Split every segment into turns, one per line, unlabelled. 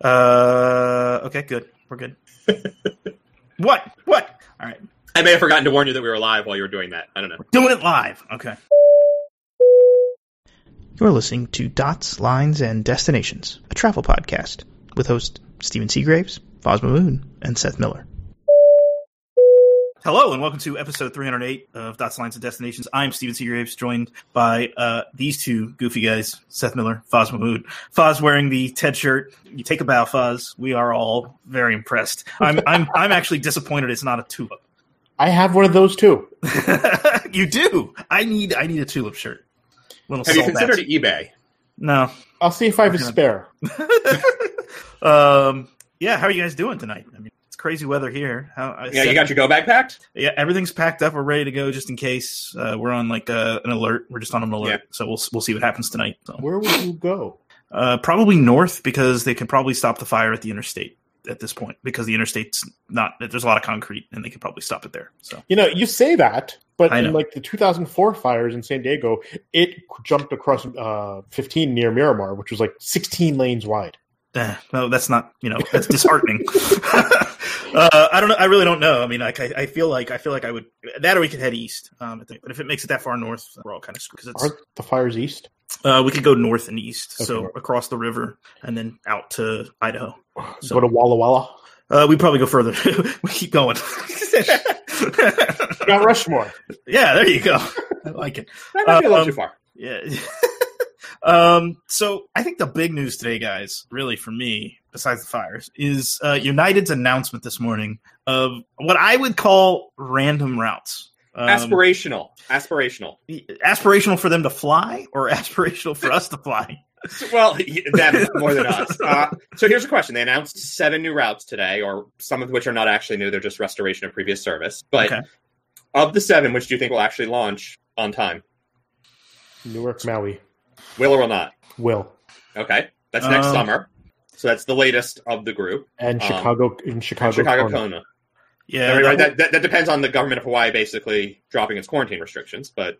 Uh, okay, good. We're good. what? What? All right.
I may have forgotten to warn you that we were live while you were doing that. I don't know.
Doing it live. Okay. You're listening to Dots, Lines, and Destinations, a travel podcast with host Stephen Seagraves, Fosma Moon, and Seth Miller. Hello, and welcome to episode 308 of Dots, Lines, and Destinations. I'm Steven Seagraves, joined by uh, these two goofy guys, Seth Miller, Foz Mahmood. Foz wearing the Ted shirt. You take a bow, Foz. We are all very impressed. I'm, I'm, I'm actually disappointed it's not a tulip.
I have one of those too.
you do. I need I need a tulip shirt. Little
Have you
sold
considered
bats.
eBay?
No.
I'll see if I have a
Okay.
spare.
Um. Yeah. How are you guys doing tonight? I mean, it's crazy weather here. How, I
Yeah,
said-
you got your go bag packed.
yeah, everything's packed up. We're ready to go just in case. Uh, we're on like uh, an alert. We're just on an alert.
Yeah.
So we'll we'll see what happens tonight. So.
Where would you go?
Uh, probably north because they can probably stop the fire at the interstate at this point because the interstate's not there's a lot of concrete and they could probably stop it there. So
You know, you say that, but
I
in
know.
like the 2004 fires in San Diego, it jumped across uh, 15 near Miramar, which was like 16 lanes wide.
Eh, no, that's not you know that's disheartening. uh, I don't know. I really don't know. I mean, like I, I feel like I feel like I would that or we could head east. Um, I think, but if it makes it that far north, we're all kind of screwed 'cause it's-
Aren't the fires east?
Uh, we could go north and east,
Okay.
so across the river and then out to Idaho. So-
go to Walla Walla.
Uh, we probably go further. we keep going.
Mount Rushmore.
yeah, there you go. I like it.
That might be a little
Um,
too far.
Yeah. um. So I think the big news today, guys, really for me, besides the fires, is uh, United's announcement this morning of what I would call random routes. Um,
aspirational, aspirational.
aspirational for them to fly, or aspirational for us to fly.
So- Well, that is more than us. Uh, so here's a question: They announced seven new routes today, or some of which are not actually new; they're just restoration of previous service. But
Okay.
of the seven, which do you think will actually launch on time?
Newark, Maui.
Will or will not?
Will.
Okay, that's next
Um,
summer. So that's the latest of the group.
And
Um,
Chicago in
And
Chicago.
Chicago
Kona.
Kona.
Yeah,
Right,
that-
right, that, that, that depends on the government of Hawaii basically dropping its quarantine restrictions. But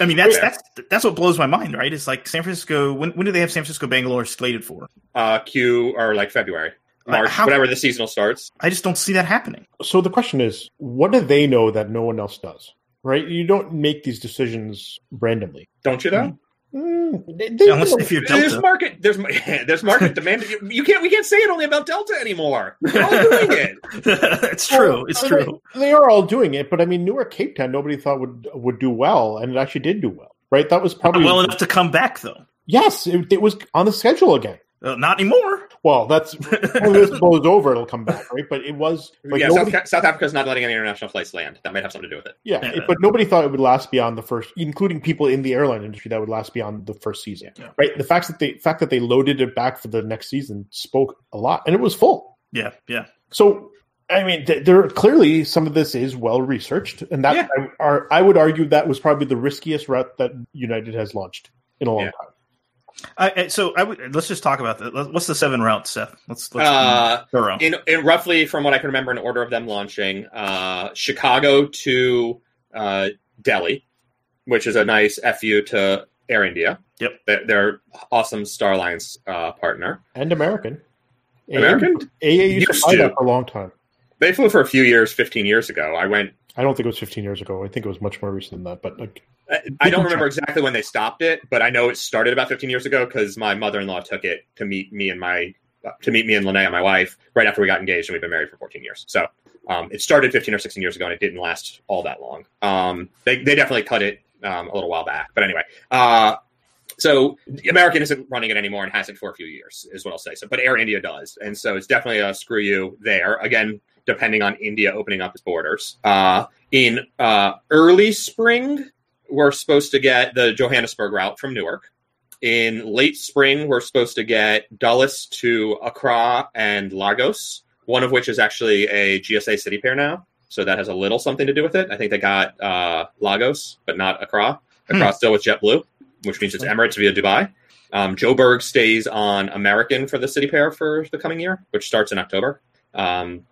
I mean, that's
Yeah.
that's that's what blows my mind, right? It's like San Francisco. When when do they have San Francisco Bangalore slated for?
uh, Q or like February, March,
how-
whatever the seasonal starts.
I just don't see that happening.
So the question is, what do they know that no one else does? Right? You don't make these decisions randomly.
Don't you though?
Mm, they- they
Unless
know.
if you're
There's
Delta,
market. There's there's market demand. You, you can't. We can't say it only about Delta anymore. We're all doing it.
it's true.
Oh,
It's
Well,
true.
They are all doing it, but I mean, Newark, Cape Town, nobody thought would would do well, and it actually did do well, right? That was probably
Well enough to come back though.
yes, it, it was on the schedule again.
Uh, not anymore.
Well, that's when this blows over, it'll come back, right? But it was like
yeah,
nobody,
South, Ca- South Africa's not letting any international flights land. That might have something to do with it.
yeah, it- but nobody thought it would last beyond the first, including people in the airline industry that would last beyond the first season,
Yeah.
right? The fact that they fact that they loaded it back for the next season spoke a lot, and it was full.
Yeah, yeah.
So. I mean, th- there clearly some of this is well researched, and that
Yeah.
I, are, I would argue that was probably the riskiest route that United has launched in a long
Yeah.
time.
I, I- so I would let's just talk about that. Let- What's the seven routes, Seth? Let's let's
Uh,
thorough.
in, in roughly, from what I can remember, in order of them launching, uh, Chicago to uh, Delhi, which is a nice fu to Air India.
Yep.
They're, they're awesome Star Alliance uh, partner.
and American.
American?
AA used to
Used
fly
to.
that for a long time.
They flew for a few years, fifteen years ago. I went.
I don't think it was 15 years ago. I think it was much more recent than that. But like,
I- I don't remember exactly when they stopped it, but I know it started about 15 years ago because my mother-in-law took it to meet me and my to meet me and Linnea, my wife, right after we got engaged, and we've been married for 14 years. So um, it started 15 or 16 years ago, and it didn't last all that long. Um, they they definitely cut it um, a little while back, but anyway. Uh, so American isn't running it anymore and hasn't for a few years, is what I'll say. So, but Air India does, and so it's definitely a screw you there. Again, depending on India opening up its borders. Uh, in uh, early spring, we're supposed to get the Johannesburg route from Newark. In late spring, we're supposed to get Dulles to Accra and Lagos, one of which is actually a GSA city pair now. So that has a little something to do with it. I think they got uh, Lagos, but not Accra. Accra still with JetBlue, which means it's Emirates via Dubai. Um, Joe Berg stays on American for the city pair for the coming year, which starts in October. Um,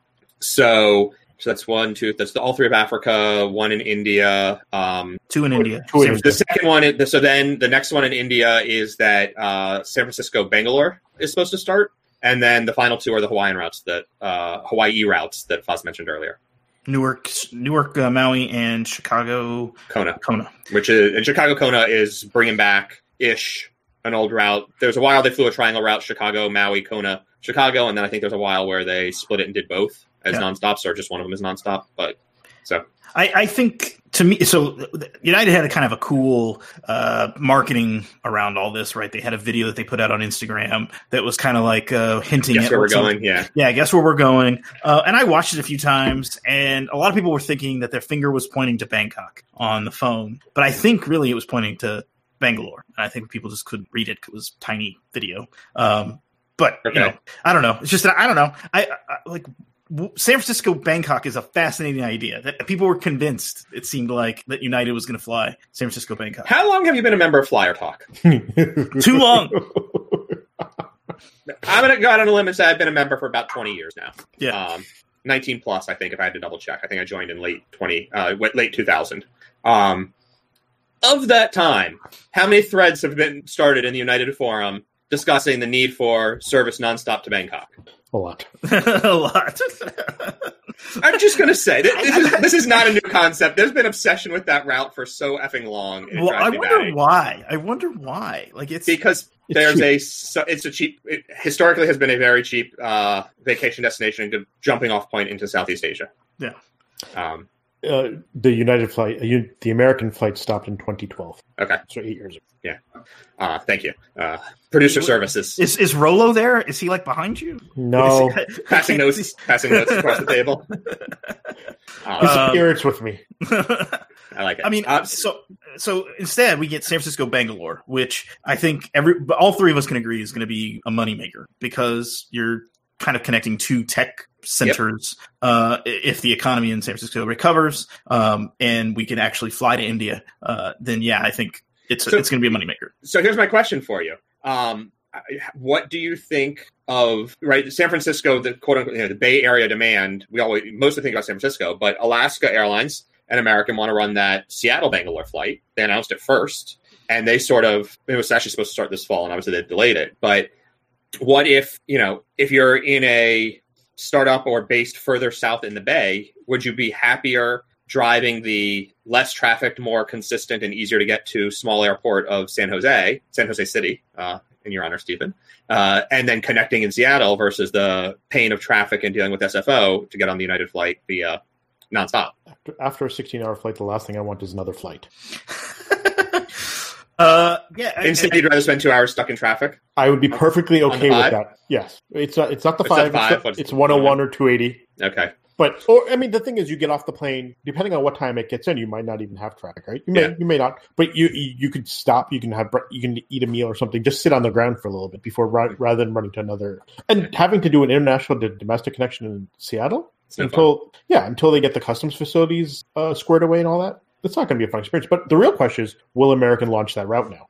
so, so that's one, two. That's the, all three of Africa, one in India. Um,
Two in India.
Two in
San
India.
the second one, is- so then the next one in India is that uh, San Francisco Bangalore is supposed to start, and then the final two are the Hawaiian routes that uh, Hawaii routes that Foz mentioned earlier.
Newark, Newark, uh, Maui, and Chicago,
Kona,
Kona.
which is and Chicago Kona is bringing back ish an old route. There's a while they flew a triangle route: Chicago, Maui, Kona, Chicago, and then I think there's a while where they split it and did both as
Yeah.
nonstops, or just one of them is nonstop. But so
I, I think to me, so United had a kind of a cool uh, marketing around all this, right? They had a video that they put out on Instagram that was kind of like uh, hinting
guess
at
where we're
what some-
going. Yeah,
Yeah, guess where we're going. Uh, and I watched it a few times, and a lot of people were thinking that their finger was pointing to Bangkok on the phone, but I think really it was pointing to Bangalore. And I think people just couldn't read it 'cause it was tiny video. Um, but
Okay.
you know, I don't know. It's just that I don't know. I, I like w- San Francisco Bangkok is a fascinating idea that people were convinced it seemed like that United was going to fly San Francisco Bangkok.
how long have you been a member of Flyer Talk?
Too long.
I'm gonna go out on a limb and say I've been a member for about 20 years now.
Yeah.
um, 19 plus. I think if I had to double check, I think I joined in late 20, uh, wa- late 2000. Um, of that time, how many threads have been started in the United Forum discussing the need for service nonstop to Bangkok?
a lot.
a lot.
I'm just gonna say that this is this is not a new concept. There's been obsession with that route for so effing long. and it
well,
drives
I
me
wonder
batty.
why. I wonder why. Like it's
because
It's
there's
cheap.
a so it's a cheap it historically has been a very cheap uh, vacation destination and jumping off point into Southeast Asia.
Yeah.
Um,
uh, the United flight, uh, you- the American flight stopped in 2012.
Okay.
so eight years ago.
uh, thank you, uh, producer
Wh-
services.
Is is Rolo there? Is he like behind you?
No,
Is he-
passing notes, passing notes across the table. Um,
Uh,
disappearance with me.
I like it.
I mean,
Uh,
so so instead we get San Francisco Bangalore, which I think every but all three of us can agree is going to be a moneymaker because you're kind of connecting two tech centers uh, i- if the economy in San Francisco recovers um, and we can actually fly to India, uh, then yeah, I think it's
So-
it's going to be a moneymaker.
so here's my question for you. Um, I- what do you think of right San Francisco, the quote unquote you know, the Bay Area demand? We always mostly think about San Francisco, but Alaska Airlines and American want to run that Seattle Bangalore flight. They announced it first, and they sort of it was actually supposed to start this fall, and obviously they delayed it. But what if you know if you're in a startup or based further south in the Bay, would you be happier driving the less trafficked, more consistent, and easier to get to small airport of San Jose, San Jose City, uh, in your honor, Stephen, uh, and then connecting in Seattle versus the pain of traffic and dealing with SFO to get on the United flight via nonstop.
After, after a 16-hour flight, the last thing I want is another flight.
uh, yeah, I-
Instead, you'd rather spend two hours stuck in traffic.
I would be perfectly
the
okay
five?
with that. Yes, it's not. It's not the
It's not
five.
five,
It's,
but it's
not, it's
the
101 or 280.
Okay,
But or I mean, the thing is, you get off the plane. Depending on what time it gets in, you might not even have traffic, right? You may,
Yeah.
you may not. But you you you could stop. You can have bre- you can eat a meal or something. Just sit on the ground for a little bit before ri- rather than running to another. And having to do an international to domestic connection in Seattle
it's no fun.
until yeah until they get the customs facilities uh, squared away and all that. It's not going to be a fun experience. But the real question is, will American launch that route now?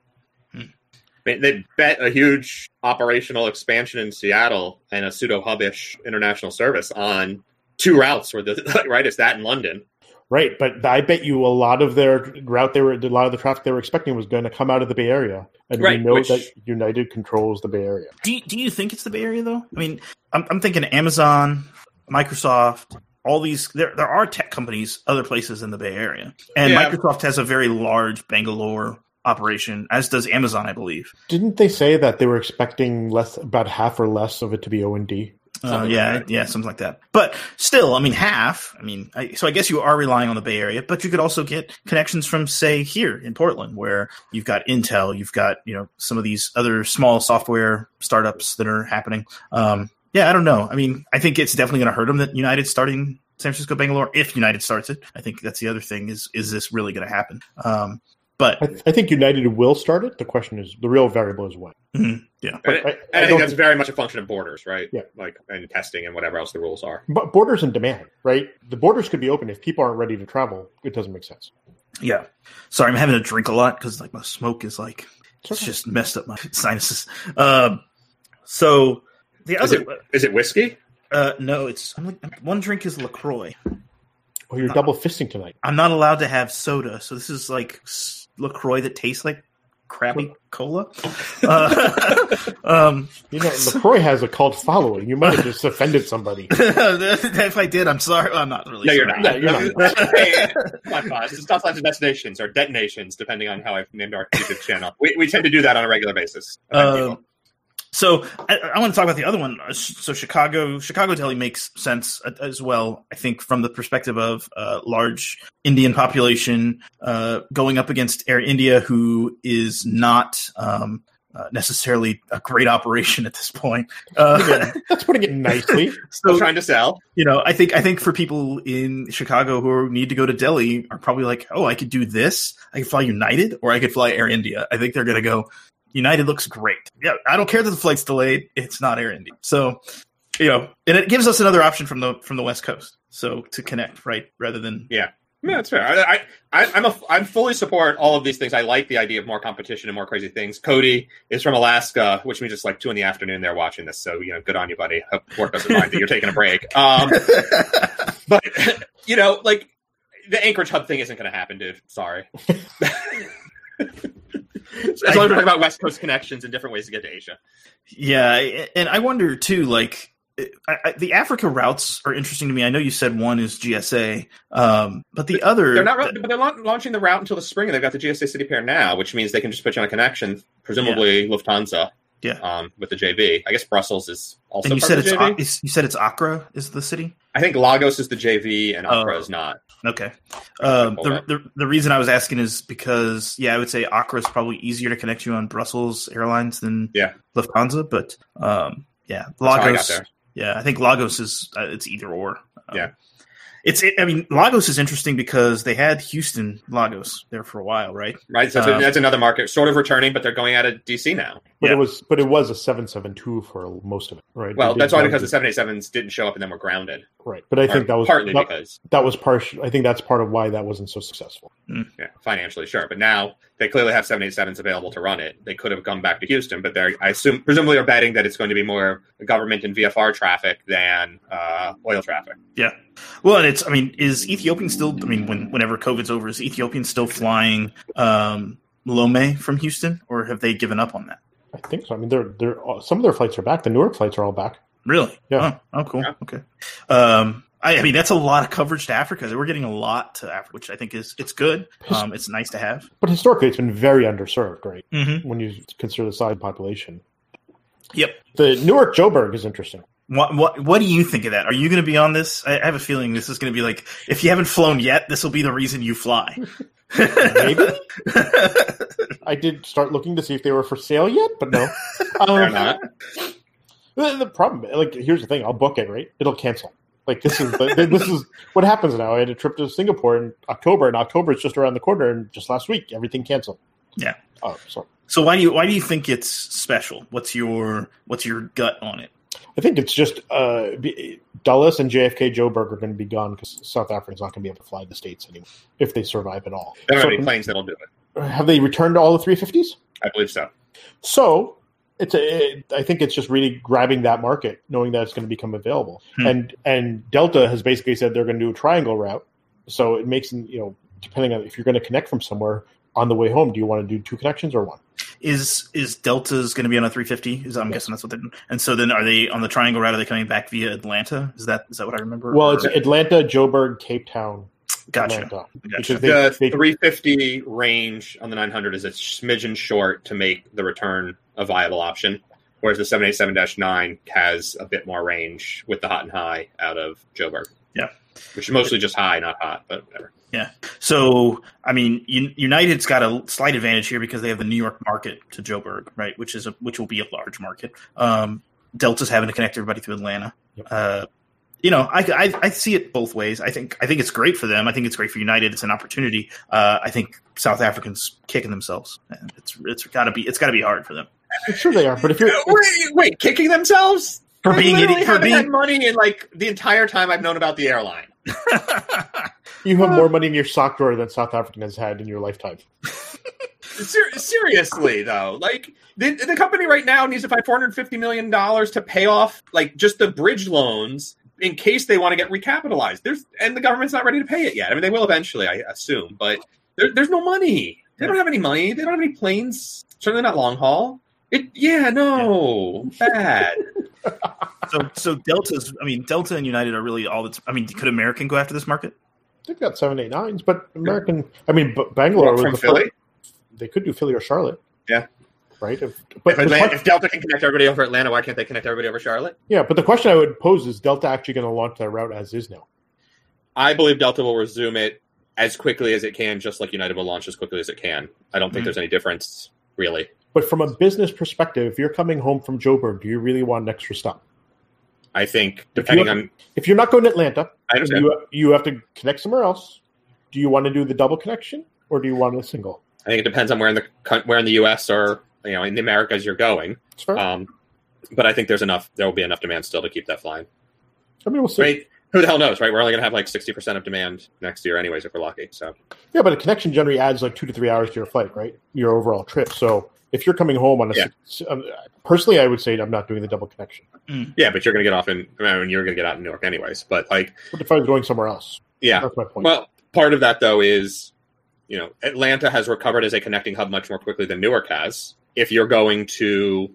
They- they bet a huge operational expansion in Seattle and a pseudo hubish international service on two routes. Where the right is that in London.
Right, but I bet you a lot of their route they were a lot of the traffic they were expecting was going to come out of the Bay Area, and
Right,
we know
which-
that United controls the Bay Area.
Do you, do you think it's the Bay Area though? I mean, I'm, I'm thinking Amazon, Microsoft, all these. There there are tech companies other places in the Bay Area, and
Yeah.
Microsoft has a very large Bangalore operation, as does Amazon, I believe.
Didn't they say that they were expecting less, about half or less of it to be O and D?
Uh,
Something
yeah,
like that.
yeah, something like that. But still, I mean, half. I mean, I, so I guess you are relying on the Bay Area, but you could also get connections from, say, here in Portland, where you've got Intel, you've got you know some of these other small software startups that are happening. Um, yeah, I don't know. I mean, I think it's definitely going to hurt them that United starting San Francisco Bangalore if United starts it. I think that's the other thing is is this really going to happen? Um, but
I, I think United will start it. The question is, the real variable is when.
Mhm, yeah.
But
And-
I,
And I,
I
think
don't
that's very much a function of borders, right?
Yeah.
Like and testing and whatever else the rules are.
but borders and demand, right? The borders could be open if people aren't ready to travel. It doesn't make sense.
yeah, sorry, I'm having to drink a lot because like my smoke is like
It's
It's
okay.
just messed up my sinuses. Um, so the
Is
other
Is it whiskey?
uh, no, it's I'm like, one drink is Lacroix.
oh, you're double fisting tonight.
I'm not allowed to have soda, so this is like s- Lacroix that tastes like crappy cola. Uh, um,
You know, LaCroix has a cult following. You might have just offended somebody.
if I did, I'm sorry. Well, I'm not really.
No, you're
sorry.
not.
No, you're
Hey, my boss, it's not like destinations or detonations, depending on how I've named our YouTube channel. We, we tend to do that on a regular basis.
Uh, So I, I want to talk about the other one. Uh, So Chicago, Chicago deli makes sense a- as well. I think from the perspective of uh, large Indian population uh, going up against Air India, who is not um, uh, necessarily a great operation at this point. Uh,
That's putting it nicely.
Still
so
trying to sell.
you know, I think I think for people in Chicago who need to go to Delhi are probably like, oh, I could do this. I could fly United or I could fly Air India. I think they're gonna go. United looks great. Yeah, I don't care that the flight's delayed. It's not Air India. So, you know, and it gives us another option from the from the West Coast. So to connect, right, rather than
Yeah, that's fair. I, I, I- I'm a, I'm fully support all of these things. I like the idea of more competition and more crazy things. Cody is from Alaska, which means it's like two in the afternoon. They're watching this, so you know, good on you, buddy. Hope work doesn't mind that you're taking a break. Um, but you know, like the Anchorage hub thing isn't going to happen, dude. Sorry. As long as we're talking about West Coast connections and different ways to get to Asia.
Yeah, I- and I wonder too. Like I, I, the Africa routes are interesting to me. I know you said one is GSA, um, but the other
They're not, really- but they're not launching the route until the spring, and they've got the GSA City Pair now, which means they can just put you on a connection, presumably Lufthansa,
Yeah.
um, with the JV. I guess Brussels is also.
and you
part
said
of
it's,
the JV.
Ac- it's you said it's Accra is the city.
I think Lagos is the JV, and
Oh.
Accra is not.
Okay. Um,
Hold
the,
up.
the the reason I was asking is because yeah, I would say Accra is probably easier to connect you on Brussels Airlines than
Yeah.
Lufthansa, but um, yeah,
That's how I got
Lagos.
there.
Yeah, I think Lagos is uh, it's either or. Um,
Yeah.
It's it, I mean Lagos is interesting because they had Houston Lagos there for a while, right?
Right, so that's-
Um,
that's another market, sort of returning, but they're going out of DC now.
But
Yeah.
it was but it was a seven seven two for most of it, right?
Well,
They
that's
did
why
that.
because the 787s didn't show up and then were grounded.
right. But I think that was
partly
that,
because
that was partial. I think that's part of why that wasn't so successful.
yeah, financially, sure. But now they clearly have 787s available to run it. They could have gone back to Houston, but they're I assume presumably are betting that it's going to be more government and VFR traffic than uh, oil traffic.
Well, and it's I mean, is Ethiopian still? I mean, when whenever COVID's over, is Ethiopian still flying um, Lomé from Houston, or have they given up on that?
I think so. I mean, they're they're all- some of their flights are back. The newer flights are all back.
Really?
Yeah.
Oh, oh, cool.
Yeah.
Okay. Um, I, I mean, that's a lot of coverage to Africa. We're getting a lot to Africa, which I think is it's good. Um, it's nice to have.
But historically, it's been very underserved, right?
Mm-hmm.
When you consider the size of the population.
Yep.
The Newark Joburg is interesting.
What, what What do you think of that? Are you going to be on this? I, I have a feeling this is going to be like if you haven't flown yet, this will be the reason you fly.
Maybe I did start looking to see if they were for sale yet, but no.
They're
Um,
not.
Uh, The, the problem, like, here's the thing: I'll book it, right? It'll cancel. Like this is the, this is what happens now. I had a trip to Singapore in October, and October is just around the corner. And just last week, everything canceled.
Yeah.
Oh, so
so why do you Why do you think it's special? What's your What's your gut on it?
I think it's just uh, be- Dulles and JFK Joburg are going to be gone because South Africa's not going to be able to fly the states anymore if they survive at all.
There
So,
are any planes that'll do it.
have they returned all the 350s?
I believe so.
So it's a, it, I think it's just really grabbing that market, knowing that it's going to become available.
Hmm.
And and Delta has basically said they're going to do a triangle route. So it makes you know depending on if you're going to connect from somewhere on the way home, do you want to do two connections or one?
Is Is Delta's going to be on a 350? Is I'm guessing that's what they're. And so then are they on the triangle route? Are they coming back via Atlanta? Is that Is that what I remember?
Well, it's
Or-
Atlanta, Joburg, Cape Town,
gotcha.
Atlanta.
Gotcha.
They-
the
they-
350 range on the 900 is a smidgen short to make the return a viable option, whereas the 787-9 has a bit more range with the hot and high out of Joburg.
Yeah.
which is mostly just high, not hot, but whatever.
So, I mean, Un- United's got a slight advantage here because they have the New York market to Joburg, right? Which is a which will be a large market. Um, Delta's having to connect everybody to Atlanta.
Yep.
Uh, you know, I, I I see it both ways. I think I think it's great for them. I think it's great for United. It's an opportunity. Uh, I think South Africans kicking themselves. It's it's gotta be it's gotta be hard for them
I'm sure they are, but if you're
wait, wait, kicking themselves
for
I
being
literally
idi- for
haven't had
being.
money in like the entire time I've known about the airline.
you have more money in your sock drawer than South African has had in your lifetime.
Ser- seriously though, like the, the company right now needs to find 450 million dollars to pay off like just the bridge loans in case they want to get recapitalized. There's and the government's not ready to pay it yet. I mean, they will eventually, I assume, but there, there's no money. They don't have any money. They don't have any planes. Certainly not long haul. It, yeah, no, bad.
So so Delta's. I mean, Delta and United are really all that's. I mean, could American go after this market?
They've got seven eight nines, but American. I mean, B- Bangalore was
From
the
Philly.
First, they could do Philly or Charlotte.
Yeah.
Right. If, but
If,
the
Atlanta,
que-
if Delta can connect everybody over Atlanta, why can't they connect everybody over Charlotte?
yeah, but the question I would pose is Delta actually going to launch that route as is now?
I believe Delta will resume it as quickly as it can, just like United will launch as quickly as it can. I don't think
Mhm.
there's any difference, really.
But from a business perspective, if you're coming home from Joburg, do you really want an extra stop?
I think depending
have-
on,
If you're not going to Atlanta,
I understand.
you, you have to connect somewhere else. Do you want to do the double connection or do you want a single?
I think it depends on where in the coun- where in the U.S. or you know in the Americas you're going.
It's fair.
Um, but I think there's enough. There will be enough demand still to keep that flying.
I mean, we'll see.
Right? Who the hell knows, right? We're only going to have like 60% of demand next year, anyways, if we're lucky. So
Yeah, but a connection generally adds like two to three hours to your flight, right? Your overall trip. So if you're coming home on a
Yeah.
six, um, personally, I would say I'm not doing the double connection.
yeah, but you're going to get off in. I mean, you're going to get out in New York, anyways. But like,
But if I was going somewhere else,
yeah,
that's my point.
Well, part of that though is, you know, Atlanta has recovered as a connecting hub much more quickly than Newark has. If you're going to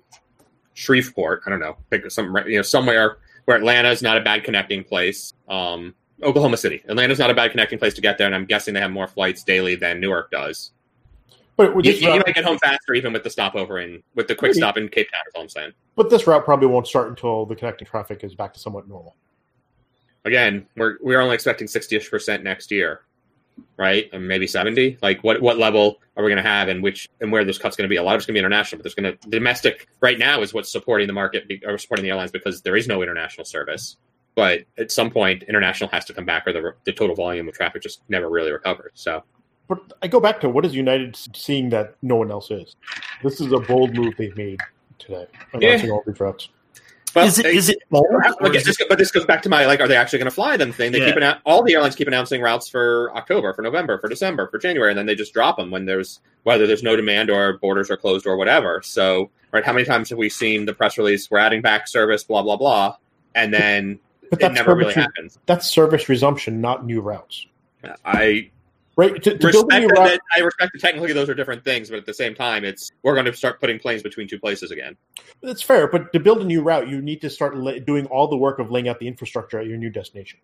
Shreveport, I don't know, pick some you know somewhere where Atlanta is not a bad connecting place. Um, Oklahoma City, Atlanta's not a bad connecting place to get there, and I'm guessing they have more flights daily than Newark does.
but with
You,
this
you
route,
might get home faster even with the stopover in with the quick
Maybe.
stop in Cape Town. Is all I'm saying.
but this route probably won't start until the connecting traffic is back to somewhat normal.
Again, we're we're only expecting sixty-ish percent next year, right? And maybe seventy. Like, what what level are we going to have, and which and where this cut's going to be? A lot of it's going to be international, but there's going to domestic right now is what's supporting the market be- or supporting the airlines because there is no international service. But at some point, international has to come back, or the the total volume of traffic just never really recovers. So
But I go back to what is United seeing that no one else is. This is a bold move they've made today, announcing all these routes.
Well,
is it
they-
is it bold?
Look, this, but this goes back to my like, are they actually going to fly them thing? They
Yeah.
keep annou- all the airlines keep announcing routes for October, for November, for December, for January, and then they just drop them when there's whether there's no demand or borders are closed or whatever. So, right, how many times have we seen the press release? We're adding back service, blah blah blah, and then
But
it
that's
never really
service-
happens.
That's service resumption, not new routes.
I
Right? To, to
respect
build a new
that,
route,
I respect that technically those are different things, but at the same time, it's we're going to start putting planes between two places again.
that's fair. But to build a new route, you need to start la- doing all the work of laying out the infrastructure at your new destination.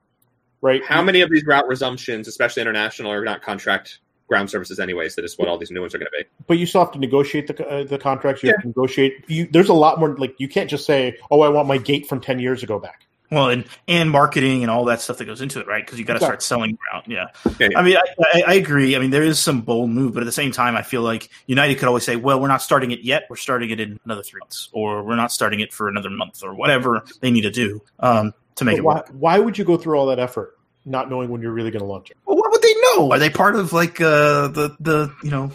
Right?
How many of these route resumptions, especially international, are not contract ground services anyways? That is what all these new ones are going to be.
but you still have to negotiate the uh, the contracts. You have to negotiate. You, there's a lot more. Like you can't just say, "Oh, I want my gate from ten years ago back."
Well, and and marketing and all that stuff that goes into it, right? Because you got to
Exactly.
start selling out. Yeah.
Yeah, yeah.
I mean, I, I, I agree. I mean, there is some bold move, but at the same time, I feel like United could always say, "Well, we're not starting it yet. We're starting it in another three months, or we're not starting it for another month, or whatever they need to do um, to make
But
it
why,
work."
why would you go through all that effort not knowing when you're really going to launch it?
Well, what would they know? Are they part of like uh, the the you know,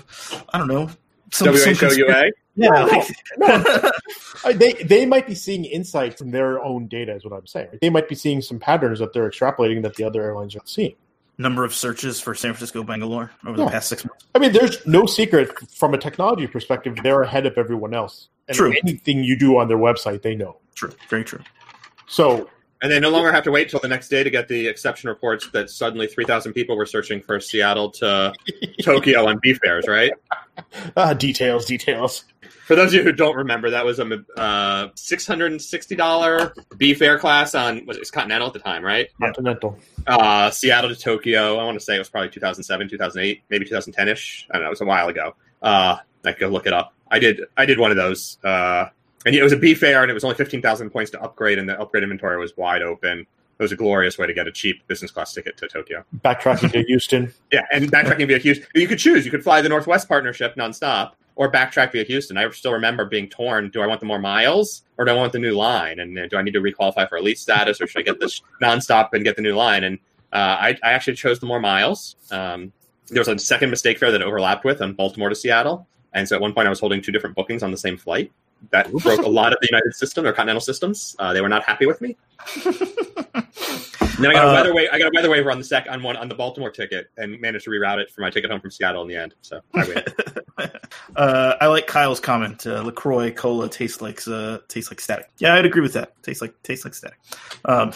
I don't know, some, some
WHO
conspiracy-
UA?
Yeah.
No,
like-
no, I- Uh, they they might be seeing insights in their own data. Is what I'm saying. They might be seeing some patterns that they're extrapolating that the other airlines aren't seeing.
Number of searches for San Francisco Bangalore over
Yeah.
the past six months.
I mean, there's no secret from a technology perspective. They're ahead of everyone else. And
True.
Anything you do on their website, they know.
True, very true.
So
And they no longer have to wait till the next day to get the exception reports that suddenly 3,000 people were searching for Seattle to Tokyo on B fares, right?
ah, details, details.
For those of you who don't remember, that was a uh, $660 B fare class on, was it, it was Continental at the time, right?
Continental.
Uh, Seattle to Tokyo, I want to say it was probably 2007, 2008, maybe 2010 ish. I don't know, it was a while ago. Uh, I could look it up. I did, I did one of those. Uh, and it was a B fare and it was only 15,000 points to upgrade, and the upgrade inventory was wide open. It was a glorious way to get a cheap business class ticket to Tokyo.
Backtracking to Houston.
Yeah, and backtracking via Houston. You could choose. You could fly the Northwest Partnership nonstop or backtrack via Houston. I still remember being torn. Do I want the more miles or do I want the new line? And uh, do I need to requalify for elite status or should I get this nonstop and get the new line? And uh, I, I actually chose the more miles. Um, there was a second mistake fare that overlapped with on Baltimore to Seattle. And so at one point I was holding two different bookings on the same flight. That broke a lot of the United system or Continental systems. Uh, they were not happy with me. And then I got a
Uh,
weather wa- I got a weather waiver on the sec on one on the Baltimore ticket and managed to reroute it for my ticket home from Seattle in the end. So I win.
Uh, I like Kyle's comment. Uh, Lacroix cola tastes like uh, tastes like static. Yeah, I'd agree with that. Tastes like tastes like static. Um,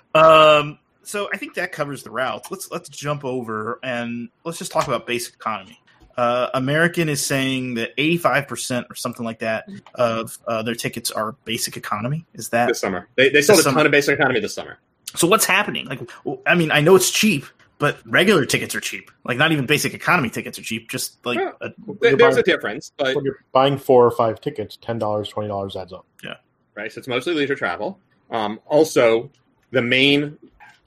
um, so I think that covers the route. Let's let's jump over and let's just talk about basic economy. Uh, American is saying that 85% or something like that of uh, their tickets are basic economy. Is that
this summer. They, they sold a
This
ton
summer.
of basic economy this summer.
so? What's happening? Like, w- I mean, I know it's cheap, but regular tickets are cheap. Like, not even basic economy tickets are cheap. Just like
Yeah.
a,
There-
You're
There's
buying-
a difference, but
When you're buying four or five tickets, ten dollars, twenty dollars adds up.
right? So it's mostly leisure travel. Um, also, the main,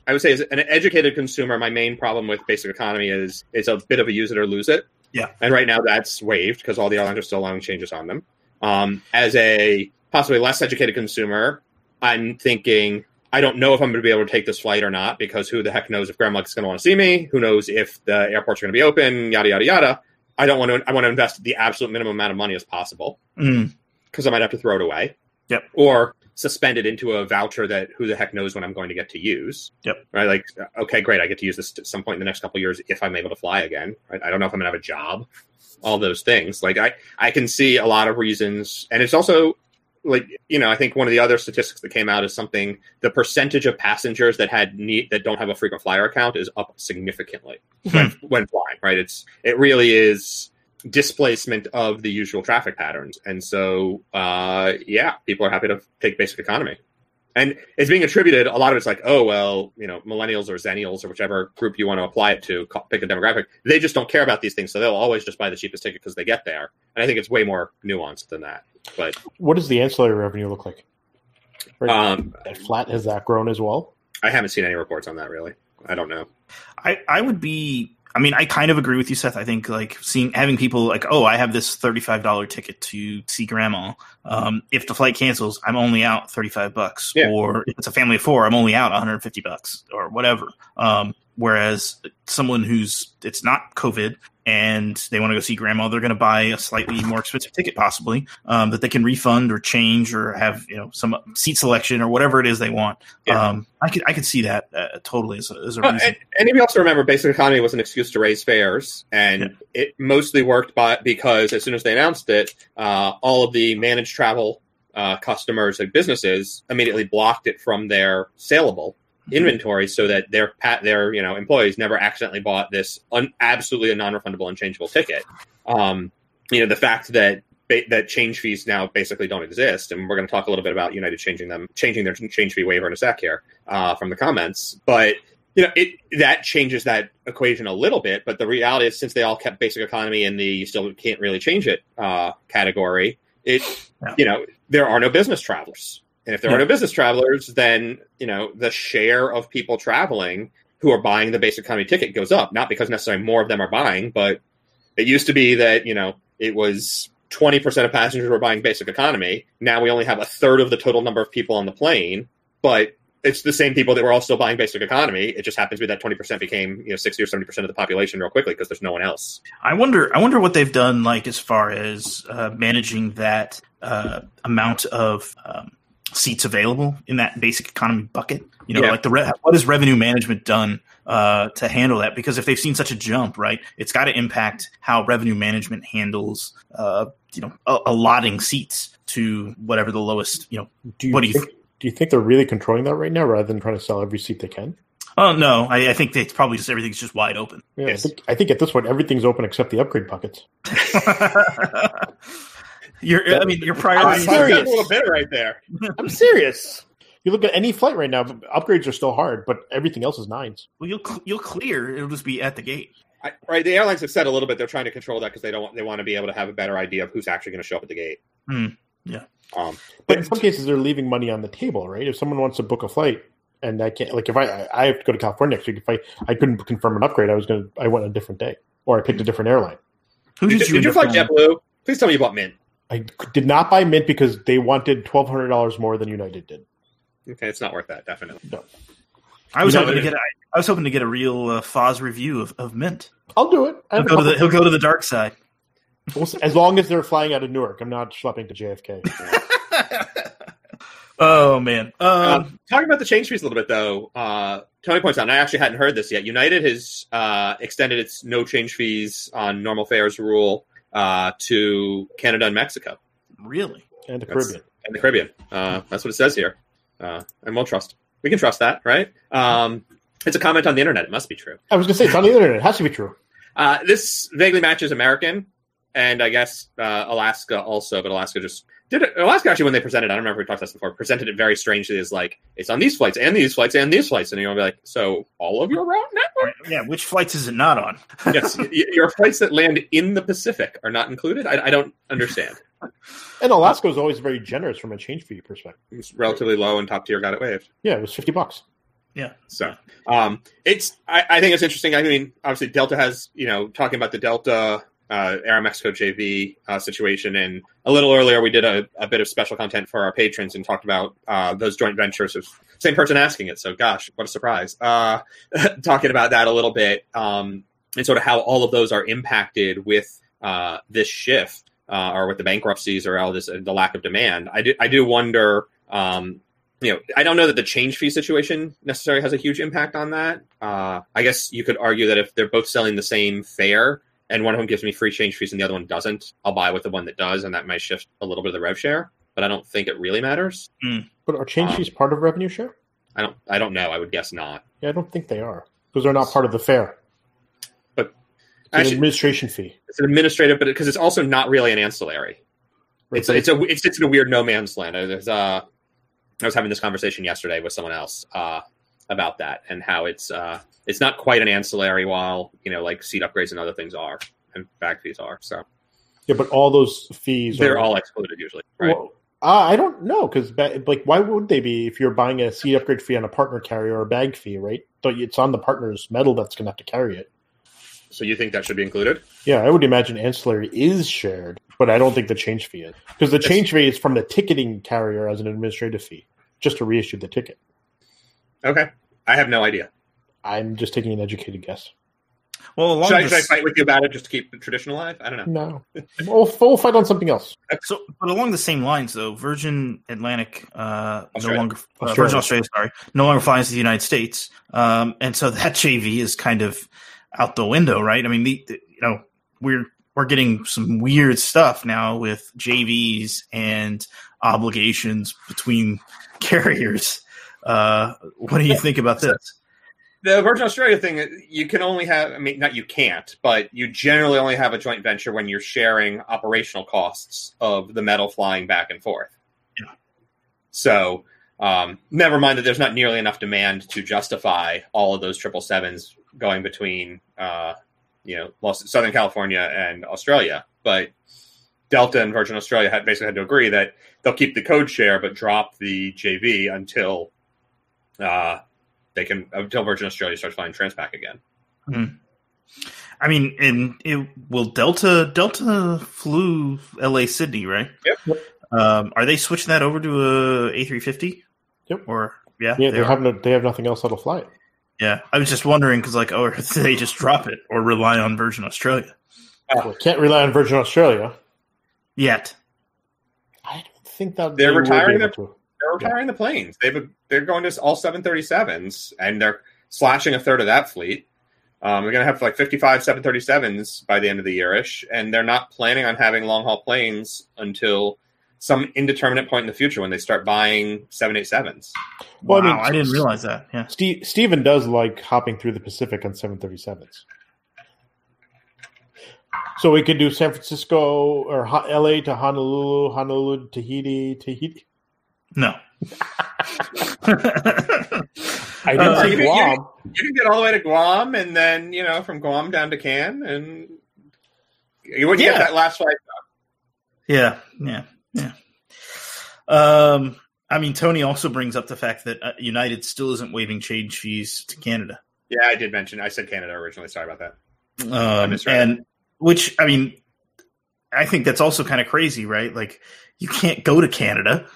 I would say, as an educated consumer, my main problem with basic economy is it's a bit of a use it or lose it.
Yeah.
And right now that's waived because all the airlines are still allowing changes on them. Um, as a possibly less educated consumer, I'm thinking I don't know if I'm going to be able to take this flight or not because who the heck knows if Grandma is going to want to see me? Who knows if the airports are going to be open? Yada yada yada. I don't want to. I want to invest the absolute minimum amount of money as possible
mm,
because I might have to throw it away.
Yep.
Or suspend it into a voucher that who the heck knows when I'm going to get to use.
Yep.
Right. Like, uh, okay, great. I get to use this at some point in the next couple of years if I'm able to fly again. Right? I don't know if I'm gonna have a job. All those things. Like, I I can see a lot of reasons, and it's also like you know I think one of the other statistics that came out is something the percentage of passengers that had need that don't have a frequent flyer account is up significantly
Hmm.
when, when flying. Right. It's it really is displacement of the usual traffic patterns. And so, uh, yeah, people are happy to take basic economy. And it's being attributed, a lot of it's like, oh, well, you know, millennials or zennials or whichever group you want to apply it to, co- pick a demographic. They just don't care about these things. So they'll always just buy the cheapest ticket because they get there. And I think it's way more nuanced than that. But
What does the ancillary revenue look like?
um,
That flat has that grown as well?
I haven't seen any reports on that really. I don't know.
I, I would be. I mean, I kind of agree with you, Seth. I think like seeing having people like, oh, I have this thirty-five dollar ticket to see Grandma. Um, if the flight cancels, I'm only out thirty-five bucks.
Yeah.
Or if it's a family of four, I'm only out one hundred fifty bucks or whatever. Um, whereas someone who's it's not COVID and they want to go see Grandma, they're going to buy a slightly more expensive ticket, possibly um, that they can refund or change or have you know some seat selection or whatever it is they want.
Yeah.
Um, I could I could see that uh, totally as a, as a
Uh,
reason.
and, and if you also remember, basic economy was an excuse to raise fares, and it mostly worked by, because as soon as they announced it, uh, all of the managed travel uh, customers and businesses immediately blocked it from their saleable
Mm-hmm.
inventory, so that their pat their you know employees never accidentally bought this un- absolutely a non-refundable, unchangeable ticket. Um, you know the fact that. ba- That change fees now basically don't exist, and we're going to talk a little bit about United changing them, changing their change fee waiver in a sec here uh, from the comments. But you know, it that changes that equation a little bit, but the reality is since they all kept basic economy in the you still can't really change it uh, category, it
Yeah.
you know, there are no business travelers. And if there are no business travelers, then, you know, the share of people traveling who are buying the basic economy ticket goes up, not because necessarily more of them are buying, but it used to be that, you know, it was 20% of passengers were buying basic economy. Now we only have a third of the total number of people on the plane, but it's the same people that were all still buying basic economy. It just happens to be that 20% became, you know, 60 or 70% of the population real quickly because there's no one else.
I wonder. I wonder what they've done, like as far as uh, managing that uh, amount of um, seats available in that basic economy bucket. You know,
Yeah.
like the re- what has revenue management done uh, to handle that? Because if they've seen such a jump, right, it's got to impact how revenue management handles, uh, you know, a- allotting seats to whatever the lowest. You know,
Do you
What do you
think? do you think they're really controlling that right now, rather than trying to sell every seat they can?
oh no, I, I think it's probably just everything's just wide open.
Yeah,
Yes.
I, think, I think at this point everything's open except the upgrade buckets.
Your, I mean, your
I'm
priorities.
serious.
a little bit right there.
I'm serious. You look at any flight right now; upgrades are still hard, but everything else is nines.
Well, you'll cl- you'll clear. It'll just be at the gate.
I, right, the airlines have said a little bit they're trying to control that because they don't want, they want to be able to have a better idea of who's actually going to show up at the gate.
Hmm, yeah.
Um,
But in some cases, they're leaving money on the table, right? If someone wants to book a flight, and I can't, like, if I I have to go to California next week, if I I couldn't confirm an upgrade, I was gonna I went a different day, or I picked a different airline.
Who
did,
did,
did you,
end up
fly
flying?
JetBlue? Please tell me you bought Mint.
I did not buy Mint because they wanted twelve hundred dollars more than United did.
Okay, it's not worth that, definitely.
I was
You know,
hoping to
it-
get. A, I was hoping to get a real uh, Foz review of, of Mint.
I'll do it. I
He'll go
have a
to the
couple-
he'll go to the dark side.
as long as they're flying out of Newark, I'm not schlepping to JFK.
oh man. Um,
Um, talking about the change fees a little bit, though, uh, Tony points out, and I actually hadn't heard this yet. United has uh, extended its no change fees on normal fares rule uh, to Canada and Mexico
really?
and the
That's-
Caribbean.
and the Caribbean. Uh, that's what it says here, uh, and we'll trust. We can trust that, right? Um, it's a comment on the internet. It must be true.
I was gonna say it's on the internet. It has to be true.
Uh, this vaguely matches American, and I guess uh, Alaska also, but Alaska just did it. Alaska actually, when they presented, I don't remember if we talked about this before, presented it very strangely as like it's on these flights and these flights and these flights, and you'll be like, so all of your route network?
Yeah, which flights is it not on?
yes, y- y- your flights that land in the Pacific are not included. I, I don't understand.
And Alaska was always very generous from a change fee perspective.
It's relatively low, and top tier got it waived.
Yeah, it was fifty bucks.
So um, it's I, I think it's interesting. I mean, obviously Delta has you know talking about the Delta uh, Aeromexico JV uh, situation, and a little earlier we did a, a bit of special content for our patrons and talked about uh, those joint ventures. Of, same person asking it, so gosh, what a surprise! Uh, talking about that a little bit um, and sort of how all of those are impacted with uh, this shift. Uh, or with the bankruptcies or all this, uh, the lack of demand. I do, I do wonder um, you know, I don't know that the change fee situation necessarily has a huge impact on that. Uh, I guess you could argue that if they're both selling the same fare and one of them gives me free change fees and the other one doesn't, I'll buy with the one that does, and that might shift a little bit of the rev share. But I don't think it really matters.
But are change fees part of revenue share?
I don't. I don't know. I would guess not.
Yeah, I don't think they are because they're not part of the fare. It's an
Actually,
administration fee.
it's an administrative, but because it's also not really an ancillary. It's a, it's a it's it's in a weird no man's land. I was, uh, I was having this conversation yesterday with someone else uh, about that and how it's uh, it's not quite an ancillary while you know like seat upgrades and other things are and back fees are. So
yeah, but all those fees
they're
are,
all excluded usually, right?
Well, uh, I don't know because like why would they be if you're buying a seat upgrade fee on a partner carrier or a bag fee, right? So it's on the partner's metal that's going to have to carry it.
so you think that should be included?
Yeah, I would imagine ancillary is shared, but I don't think the change fee is because the
That's-
change fee is from the ticketing carrier as an administrative fee, just to reissue the ticket.
Okay, I have no idea.
I'm just taking an educated guess.
Well, along
Should I,
this,
should I fight with you about it just to keep the tradition alive? I don't know.
No, we'll, we'll fight on something else.
so, but along the same lines, though, Virgin Atlantic uh, no
Australia.
longer uh,
Australia.
Virgin Australia, sorry, no longer flies to the United States, um, and so that JV is kind of out the window, right? I mean, the, the- you know, we're we're getting some weird stuff now with JVs and obligations between carriers. Uh, what do you think about this?
the Virgin Australia thing, you can only have, I mean, not you can't, but you generally only have a joint venture when you're sharing operational costs of the metal flying back and forth.
Yeah.
So, um, never mind that there's not nearly enough demand to justify all of those triple sevens going between, uh, you know, Los- Southern California and Australia. But Delta and Virgin Australia had basically had to agree that they'll keep the code share but drop the JV until. Uh, they can until Virgin Australia starts flying Transpac again.
I mean, and it will Delta Delta flew L.A. Sydney, right?
Yep.
Um, are they switching that over to a A350?
Yep.
Or yeah,
Yeah,
they
they,
are.
have no, they have nothing else that'll fly it.
yeah. I was just wondering because like, oh, did they just drop it or rely on Virgin Australia
Ah.
Well, can't rely on Virgin Australia.
yet?
I don't think that
They're
they will be
retiring
able
their-
to.
They're retiring the planes. They've they're going to all 737s and they're slashing a third of that fleet. Um, they're going to have like 55 737s by the end of the year-ish, and they're not planning on having long haul planes until some indeterminate point in the future when they start buying 787s.
Well, I
wow, I,
mean,
didn't realize that. Yeah.
Steve, Steven does like hopping through the Pacific on 737s. So we could do San Francisco or Ho- LA to Honolulu, Honolulu, Tahiti, Tahiti.
No.
I
didn't
didn't
Uh,
see
see
you-
Guam.
You can get all the way to Guam and then, you know, from Guam down to Cannes and you wouldn't
Yeah.
get that last flight.
Yeah, yeah, yeah. Um, I mean, Tony also brings up the fact that uh, United still isn't waiving change fees to Canada.
Yeah, I did mention. I said Canada originally. Sorry about that.
um,
misread it.
and which I mean, I think that's also kind of crazy, right? Like you can't go to Canada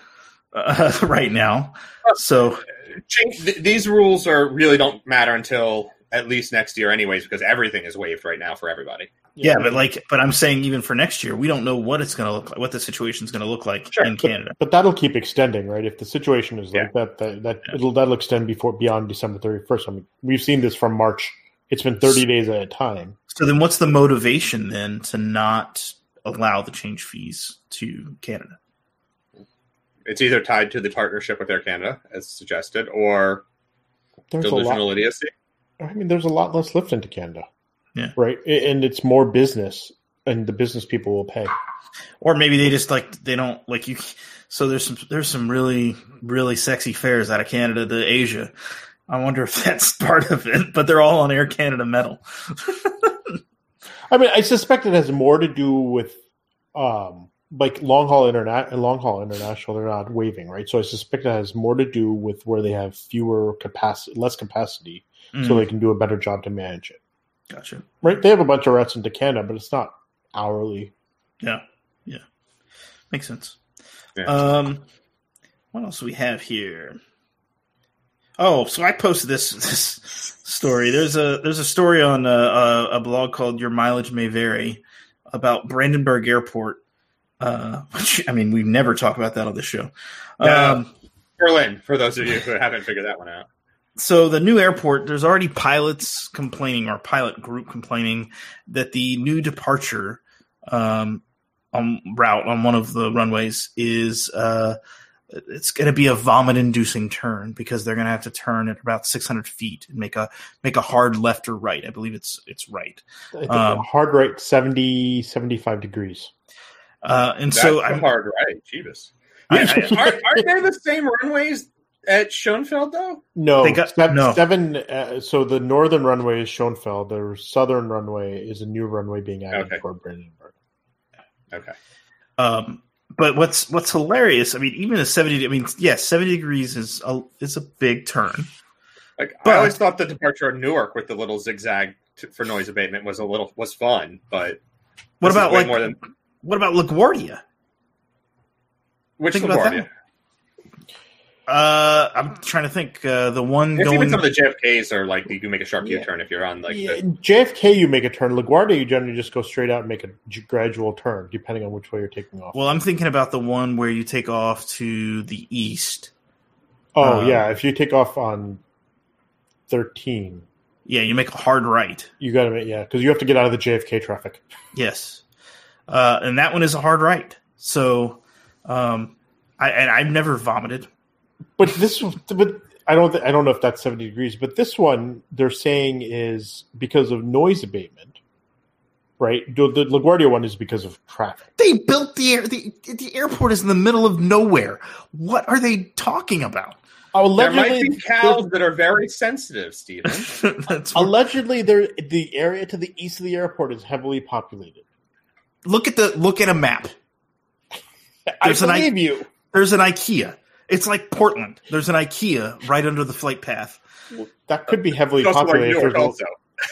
uh, right now, so
change th- these rules are really don't matter until at least next year anyways because everything is waived right now for everybody
yeah. But like, but I'm saying even for next year, we don't know what it's going to look like, what the situation's going to look like
Sure.
in Canada.
But that'll keep extending, right? If the situation is like that, that, that
Yeah.
it'll that'll extend before beyond December 31st. I mean, we've seen this from March. It's been 30 days at a time.
So then, what's the motivation then to not allow the change fees to Canada?
it's either tied to the partnership with air canada as suggested or
There's a lot.
delusional idiocy
I mean, there's a lot less lift into Canada.
Yeah.
Right. A- And it's more business, and the business people will pay.
or maybe they just like they don't like you. So there's some there's some really really sexy fares out of Canada to Asia. I wonder if that's part of it, but they're all on Air Canada metal.
I mean, I suspect it has more to do with um, like long haul internet and long haul international. They're not waiving, right? So I suspect it has more to do with where they have fewer capacity, less capacity,
Mm,
so they can do a better job to manage it.
gotcha.
Right? They have a bunch of routes into Canada, but it's not hourly.
Yeah, yeah, makes sense.
Yeah.
Um, what else do we have here? Oh, so I posted this this story. There's a there's a story on a, a, a blog called Your Mileage May Vary about Brandenburg Airport. Uh, which I mean, we've never talked about that on the show.
No.
Um,
Berlin, for those of you who haven't figured that one out.
so the new airport there's already pilots complaining or pilot group complaining that the new departure um, on route on one of the runways is uh, it's going to be a vomit inducing turn because they're going to have to turn at about 600 feet and make a make a hard left or right i believe it's it's right
I think
Um,
hard right 70, 75 degrees.
uh, and
That's
so
the
i'm
hard right, Jeebus.
I-
Yeah, aren't, aren't there the same runways at Schoenfeld though?
No,
They got-
seven,
no.
seven. Uh, so the northern runway is Schoenfeld. The southern runway is a new runway being added
Okay.
for Brandenburg.
Okay.
Um, but what's what's hilarious? I mean, even a seventy. I mean, yes, seventy degrees is a is a big turn.
Like
But-
I always thought the departure of Newark with the little zigzag t- for noise abatement was a little was fun, but
What
this is
about
way
like
more than
what about LaGuardia?
which
think about
LaGuardia?
that. Uh, I'm trying to think. Uh, the one
There's even
going.
some of the JFKs are like you can make a sharp
Yeah.
U-turn if you're on like
Yeah,
the,
JFK, you make a turn. LaGuardia, you generally just go straight out and make a g- gradual turn, depending on which way you're taking off.
well, I'm thinking about the one where you take off to the east.
oh
uh,
yeah, if you take off on thirteen,
Yeah, you make a hard right.
you got to make yeah, because you have to get out of the JFK traffic.
Yes, uh, and that one is a hard right. So, um, I and I've never vomited.
But this, but I don't, thi- I don't know if that's seventy degrees. But this one, they're saying is because of noise abatement, right? The, the LaGuardia one is because of traffic.
They built the air. The, the airport is in the middle of nowhere. What are they talking about?
Oh,
there
allegedly,
might be cows that are very sensitive, Steven.
That's
allegedly, there the area to the east of the airport is heavily populated.
look at the look at a map.
I
There's an I-
believe you.
There's an IKEA. It's like Portland. There's an IKEA right under the flight path.
That could be heavily
Just like
populated.
Newark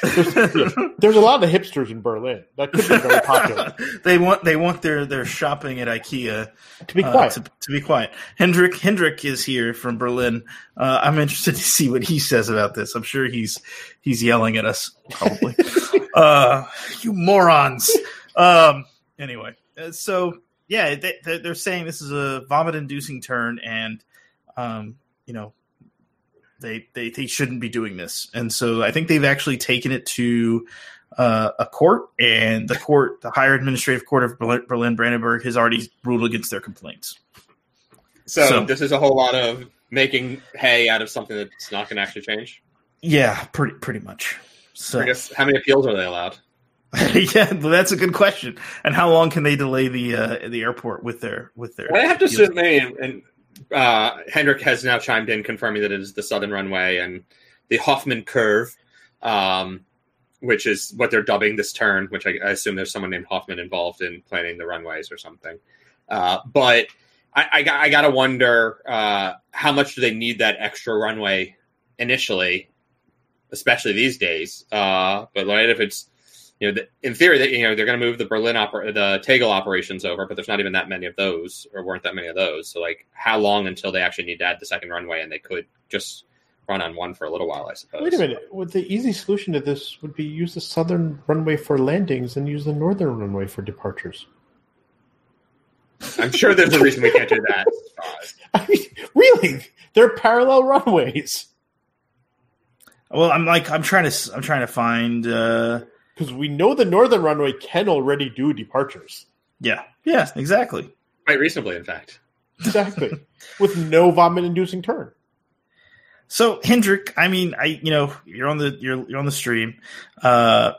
There's a,
also.
there's a lot of hipsters in Berlin. That could be very popular.
they want they want their their shopping at IKEA
to be
uh,
quiet,
to, to be quiet. Hendrik Hendrik is here from Berlin. Uh, I'm interested to see what he says about this. I'm sure he's he's yelling at us probably. uh, you morons. Um, anyway, uh, so yeah, they, they- they're saying this is a vomit-inducing turn, and um, you know they, they they shouldn't be doing this. And so I think they've actually taken it to uh, a court, and the court, the Higher Administrative Court of Berlin, Berlin Brandenburg, has already ruled against their complaints.
So,
So-
this is a whole lot of making hay out of something that's not going to actually change.
Yeah, pretty pretty much. So
I guess how many appeals are they allowed?
yeah, well, that's a good question. And how long can they delay the uh, the airport with their with their?
I have to
deals?
assume, and, and uh, Hendrik has now chimed in, confirming that it is the Southern Runway and the Hoffman Curve, um, which is what they're dubbing this turn. Which I, I assume there's someone named Hoffman involved in planning the runways or something. Uh, but I, I, got- I gotta wonder uh, how much do they need that extra runway initially, especially these days. Uh, but right, if it's you know, th- in theory, that you know they're going to move the Berlin oper- the Tegel operations over, but there's not even that many of those, or weren't that many of those. So, like, how long until they actually need to add the second runway, and they could just run on one for a little while, I suppose.
Wait a minute. Would the easy solution to this would be use the southern runway for landings and use the northern runway for departures.
I'm sure there's a reason we can't do that.
I mean, really, they're parallel runways
Well, I'm like I'm trying to s- I'm trying to find. Uh,
because we know the northern runway can already do departures.
yeah, yeah, exactly.
Quite reasonably, in fact.
Exactly, with no vomit-inducing turn.
So Hendrik, I mean, I you know you're on the you're you're on the stream. Uh,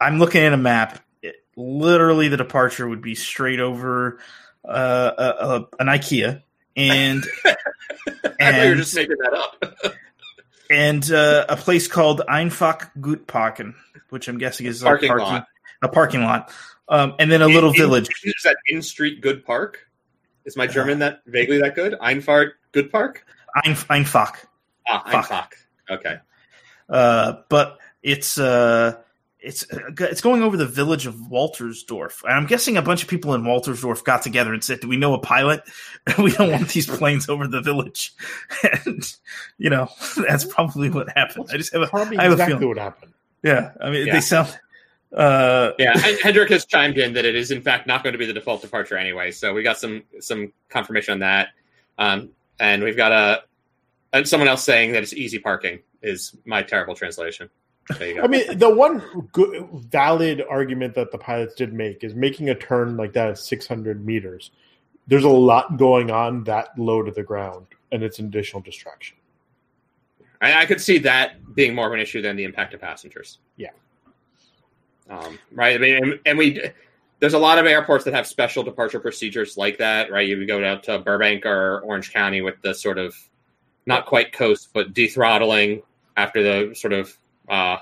I'm looking at a map. It, literally, the departure would be straight over uh, a, a, an IKEA, and
I thought you were just making that up.
and uh, a place called Einfach Gutparken, which I'm guessing is
Parking
a parking
lot.
a parking lot, um, and then a
In-
little
in-
village.
Is that in street good park? Is my German that vaguely that good? Einfahrt good park?
Einf- Einfach.
Ah, Einfahrt. Okay.
Uh, but it's uh, it's it's going over the village of Waltersdorf. And I'm guessing a bunch of people in Waltersdorf got together and said, "Do we know a pilot? we don't want these planes over the village." and you know, that's probably what happened. I just have a
Probably
I have a
exactly
feeling.
what happened.
yeah. I mean,
Yeah.
they sound. Uh,
Yeah, and Hendrik has chimed in that it is in fact not going to be the default departure anyway. So we got some some confirmation on that, um, and we've got a and someone else saying that it's easy parking is my terrible translation. There you go.
I mean, the one good, valid argument that the pilots did make is making a turn like that at 600 meters. There's a lot going on that low to the ground, and it's an additional distraction.
I, I could see that being more of an issue than the impact of passengers.
Yeah.
Um, right. I mean, and, and we there's a lot of airports that have special departure procedures like that. Right. You would go down to Burbank or Orange County with the sort of not quite coast, but de-throttling after the sort of uh,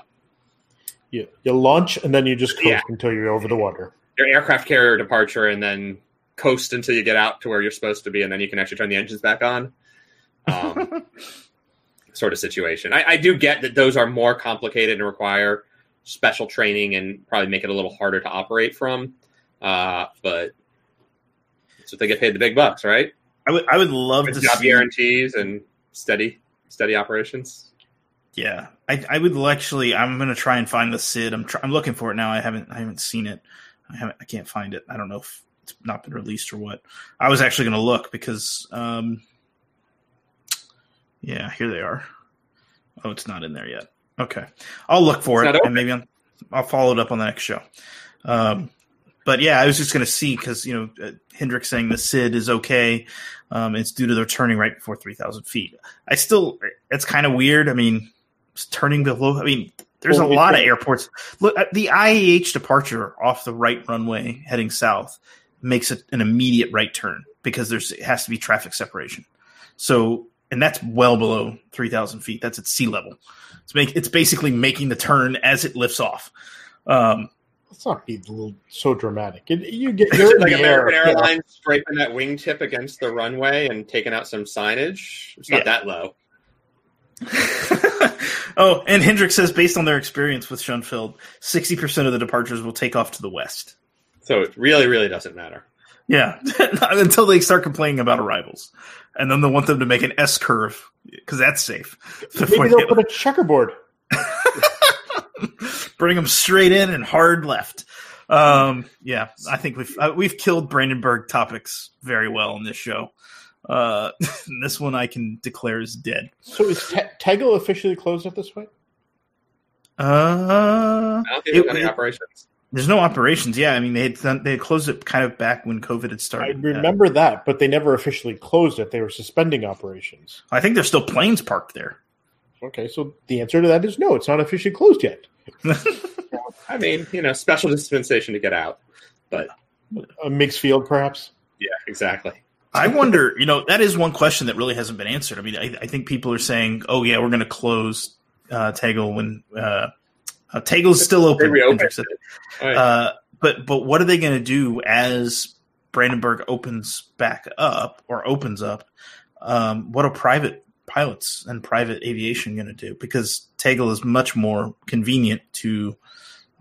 You, you launch, and then you just coast
Yeah.
until you're over the water.
your aircraft carrier departure and then coast until you get out to where you're supposed to be and then you can actually turn the engines back on um, sort of situation I, I do get that those are more complicated and require special training and probably make it a little harder to operate from uh, but that's what they get paid the big bucks right
I would I would love
Good
to
job
see.
guarantees and steady steady operations
Yeah, I I would actually. I'm gonna try and find the Sid. I'm try, I'm looking for it now. I haven't I haven't seen it. I haven't. I can't find it. I don't know if it's not been released or what. I was actually gonna look because um, yeah, here they are. Oh, it's not in there yet. Okay, I'll look for
It's
it
not
and maybe I'll, I'll follow it up on the next show. Um, but yeah, I was just gonna see because you know uh, Hendrick saying the Sid is okay. Um, it's due to their turning right before three thousand feet. I still, it's kind of weird. I mean, it's turning below. I mean, there's
Well,
a
it's
lot of
been-
airports. Look, uh, the IAH departure off the right runway heading south makes it an immediate right turn because there's it has to be traffic separation. So, and that's well below three thousand feet. That's at sea level. It's make it's basically making the turn as it lifts off. Um,
Let's not be a little, so dramatic. It, you get you're in
like
the
American
air.
Airlines scraping that wingtip against the runway and taking out some signage it's not
Yeah.
that low
oh, and Hendrick says based on their experience with Schoenfeld, sixty percent of the departures will take off to the west.
so it really really doesn't matter
Yeah, Not until they start complaining about arrivals, and then they'll want them to make an S curve because that's safe.
Yeah. Maybe they'll put a checkerboard.
Bring them straight in and hard left. Um, yeah, I think we've uh, we've killed Brandenburg topics very well in this show. Uh, this one I can declare is dead.
So is Te- Tegel officially closed at this point?
Uh,
I don't think they've
It-
got any
it-
operations.
there's no operations. Yeah, I mean they had done, they had closed it kind of back when COVID had
I
started. Uh,
remember that, but they never officially closed it. They were suspending operations.
I think there's still planes parked there.
Okay, so the answer to that is no. It's not officially closed yet.
I mean, you know, special dispensation to get out.
a mixed field, perhaps.
Yeah, exactly.
I wonder, you know, that is one question that really hasn't been answered. I mean, I, I think people are saying, "Oh yeah, we're going to close uh, Tegel when uh, uh, Tegel's still
They
open."
reopened.
Hendrick said.
All right.
Uh, but but what are they going to do as Brandenburg opens back up or opens up? Um, what are private pilots and private aviation going to do? Because Tegel is much more convenient to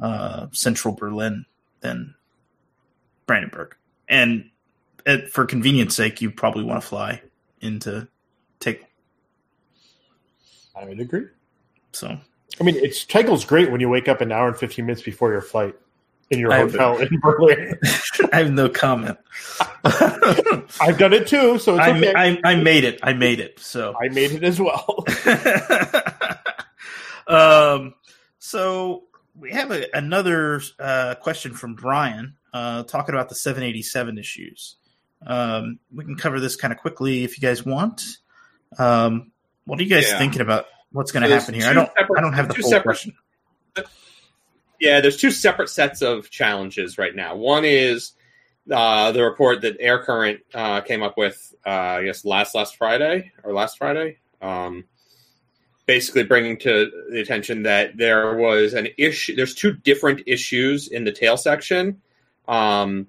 uh, central Berlin than Brandenburg, and at, for convenience sake, you probably want to fly into Tegel.
I would agree.
So
I mean, it's Tegel's great when you wake up an hour and fifteen minutes before your flight in your
I have-
hotel in Berlin.
I have no comment.
I've done it too, so it's
I,
okay. I,
I, I made it. I made it. So
made it as well.
um, so we have a, another uh, question from Brian uh, talking about the 787 issues. Um, we can cover this kind of quickly if you guys want. Um, what are you guys
Yeah.
thinking about what's going to
So there's
happen here?
two
I don't.
separate-
I don't have the
two
full
separate-
question.
Yeah, there's two separate sets of challenges right now. One is uh, the report that Air Current uh, came up with, uh, I guess last last Friday or last Friday, um, basically bringing to the attention that there was an issue. There's two different issues in the tail section. Um,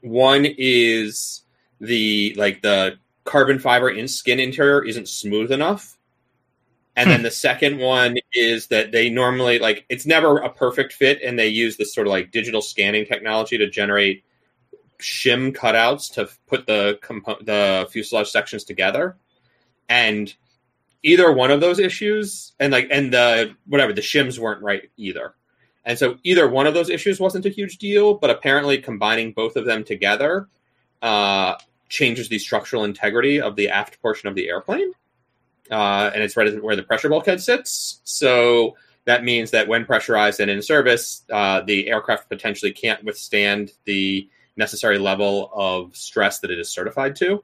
one is the like the carbon fiber in skin interior isn't smooth enough. And then the second one is that they normally like it's never a perfect fit, and they use this sort of like digital scanning technology to generate shim cutouts to f- put the compo- the fuselage sections together. And either one of those issues, and like and the whatever the shims weren't right either. And so either one of those issues wasn't a huge deal, but apparently combining both of them together uh, changes the structural integrity of the aft portion of the airplane uh, and it's right at where the pressure bulkhead sits. So that means that when pressurized and in service, uh, the aircraft potentially can't withstand the necessary level of stress that it is certified to.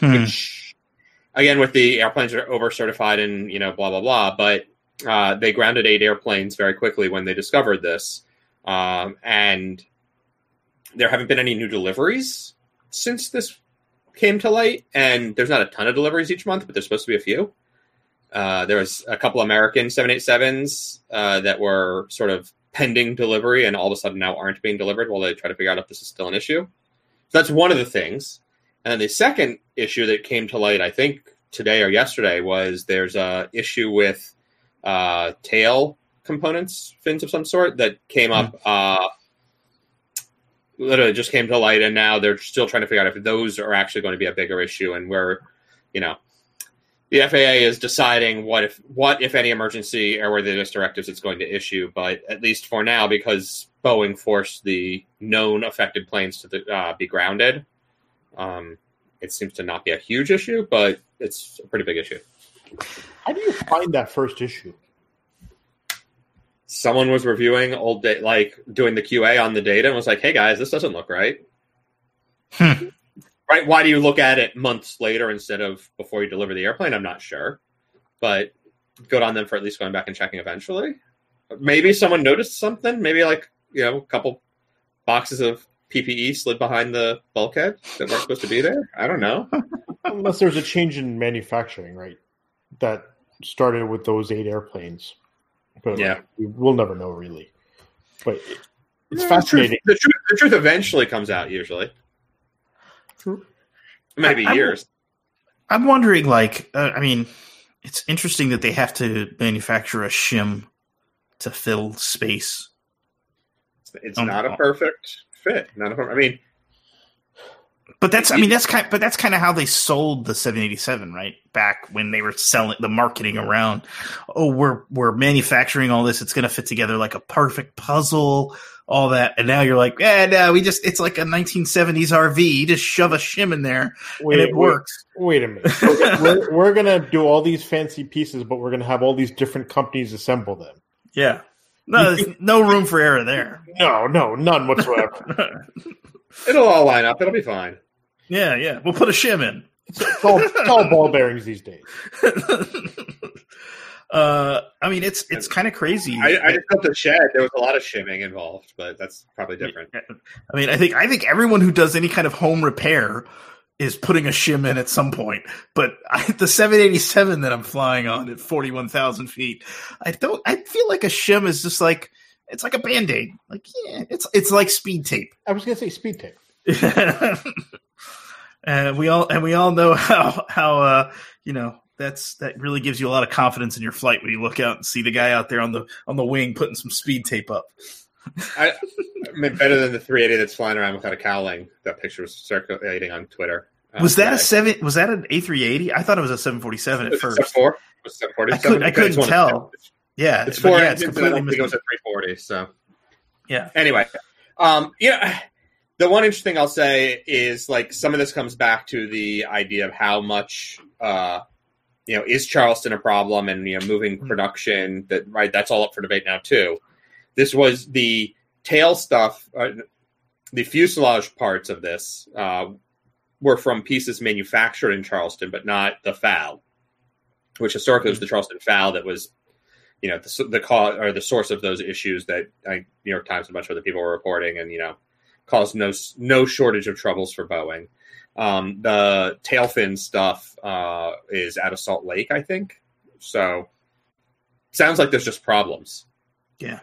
Hmm.
Which, again, with the airplanes that are over certified and you know blah blah blah, but uh, they grounded eight airplanes very quickly when they discovered this, um, and there haven't been any new deliveries since this came to light, and there's not a ton of deliveries each month, but there's supposed to be a few. Uh, there was a couple American 787s uh, that were sort of pending delivery and all of a sudden now aren't being delivered while they try to figure out if this is still an issue. So that's one of the things. And then the second issue that came to light, I think today or yesterday, was there's a issue with uh, tail components, fins of some sort, that came up uh, literally just came to light, and now they're still trying to figure out if those are actually going to be a bigger issue, and where, you know, the FAA is deciding what if what if any emergency airworthiness directives it's going to issue. But at least for now, because Boeing forced the known affected planes to the, uh, be grounded, um, it seems to not be a huge issue, but it's a pretty big issue.
How do you find that first issue?
someone was reviewing old data, like doing the QA on the data, and was like, "Hey guys, this doesn't look right."
Hmm.
Right? Why do you look at it months later instead of before you deliver the airplane? I'm not sure, but good on them for at least going back and checking eventually. Maybe someone noticed something. Maybe like you know, a couple boxes of PPE slid behind the bulkhead that weren't supposed to be there. I don't know.
Unless there's a change in manufacturing, right? That started with those eight airplanes. But
Yeah.
like, we- we'll never know really. But it- it's
Yeah, the truth-
fascinating.
The truth, the truth eventually comes out usually.
True.
Maybe
I- I-
years.
I'm wondering, like, uh, I mean, it's interesting that they have to manufacture a shim to fill space.
It's
Um,
not a perfect fit. Not a, per- I mean,
But that's, I mean, that's kind, but that's kind of how they sold the 787, right? Back when they were selling the marketing around, oh, we're we're manufacturing all this, it's going to fit together like a perfect puzzle, all that. And now you're like, yeah, no, we just, it's like a 1970s RV, just shove a shim in there
Wait,
and it
wait-
works.
Wait a minute. We're, we're, we're gonna do all these fancy pieces, but we're gonna have all these different companies assemble them.
Yeah, no, there's no room for error there.
No, no, none whatsoever.
It'll all line up. It'll be fine.
yeah, yeah, we'll put a shim in.
it's, it's all, it's all ball bearings these days.
uh, I mean, it's it's kind of crazy.
I, I just built a shed. There was a lot of shimming involved, but that's probably different.
I mean, I think I think everyone who does any kind of home repair is putting a shim in at some point. But I, the 787 that I'm flying on at 41,000 feet, I don't. I feel like a shim is just like it's like a band aid. Like yeah, it's it's like speed tape.
I was gonna say speed tape.
and we all and we all know how how uh, you know that's that really gives you a lot of confidence in your flight when you look out and see the guy out there on the on the wing putting some speed tape up.
I, I mean, better than the 380 that's flying around without a cowling. That picture was circulating on Twitter. uh,
was that a
today.
seven? Was that an A three eighty? I thought it was a seven forty seven at
Was it
first.
a four? Was it a 47?
I couldn't- I
Okay, it's
couldn't
one
tell.
of the-
Yeah,
It's
but
four.
Yeah, it's
I
completely
don't think it was
missed.
a 340. So
Yeah.
Anyway, um, yeah. The one interesting thing I'll say is like some of this comes back to the idea of how much uh, you know is Charleston a problem and you know moving
Hmm.
production that right that's all up for debate now too. This was the tail stuff, uh, the fuselage parts of this uh, were from pieces manufactured
Mm-hmm.
in Charleston, but not the foul, which historically was the Charleston foul that was you know the, the cause or the source of those issues that I, New York Times and a bunch of other people were reporting, and you know caused no no shortage of troubles for Boeing. Um, the tail fin stuff uh, is out of Salt Lake, I think. So sounds like there's just problems.
Yeah.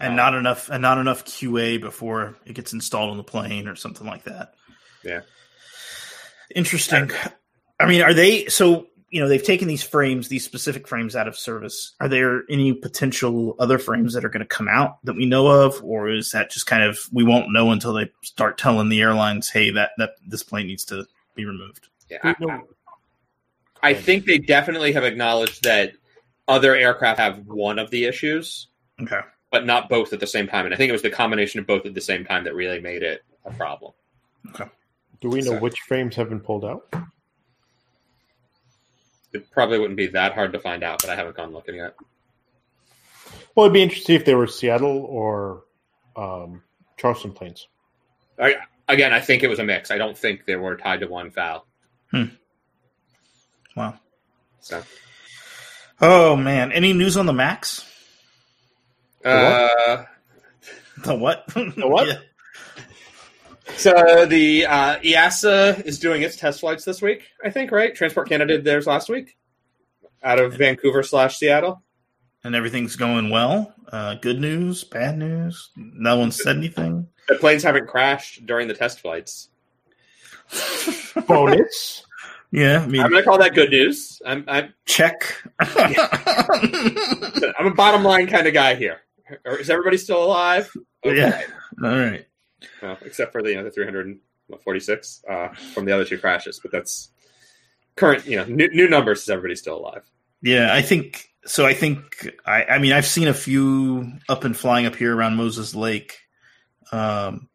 And not enough and not enough QA before it gets installed on the plane or something like that.
Yeah.
Interesting. I mean, are they so you know, they've taken these frames, these specific frames out of service. Are there any potential other frames that are going to come out that we know of or is that just kind of we won't know until they start telling the airlines, "Hey, that that this plane needs to be removed."
Yeah, I, I- I think they definitely have acknowledged that other aircraft have one of the issues,
Okay.
but not both at the same time. And I think it was the combination of both at the same time that really made it a problem.
Do we know
Sorry.
which frames have been pulled out?
It probably wouldn't be that hard to find out, but I haven't gone looking yet.
Well, it'd be interesting if they were Seattle or um, Charleston planes.
Again, I think it was a mix. I don't think they were tied to one foul.
Hmm. Wow.
So,
Oh man, any news on the Max?
uh,
The what? The
what?
yeah.
so the uh, EASA is doing its test flights this week. I think right. Transport Canada did theirs last week, out of Vancouver slash Seattle.
And everything's going well. Uh, good news, bad news. No one said anything.
The planes haven't crashed during the test flights.
Bonus.
yeah, I mean,
I'm going to call that good news. I'm I'm,
check.
I'm a bottom line kind of guy here. Or is everybody still alive?
Yeah. All right.
Well, Uh, except for the you know the 346 uh, from the other two crashes, but that's current. You know, new, new numbers is everybody still alive.
Yeah, I think so. I think I. I mean, I've seen a few up and flying up here around Moses Lake, um,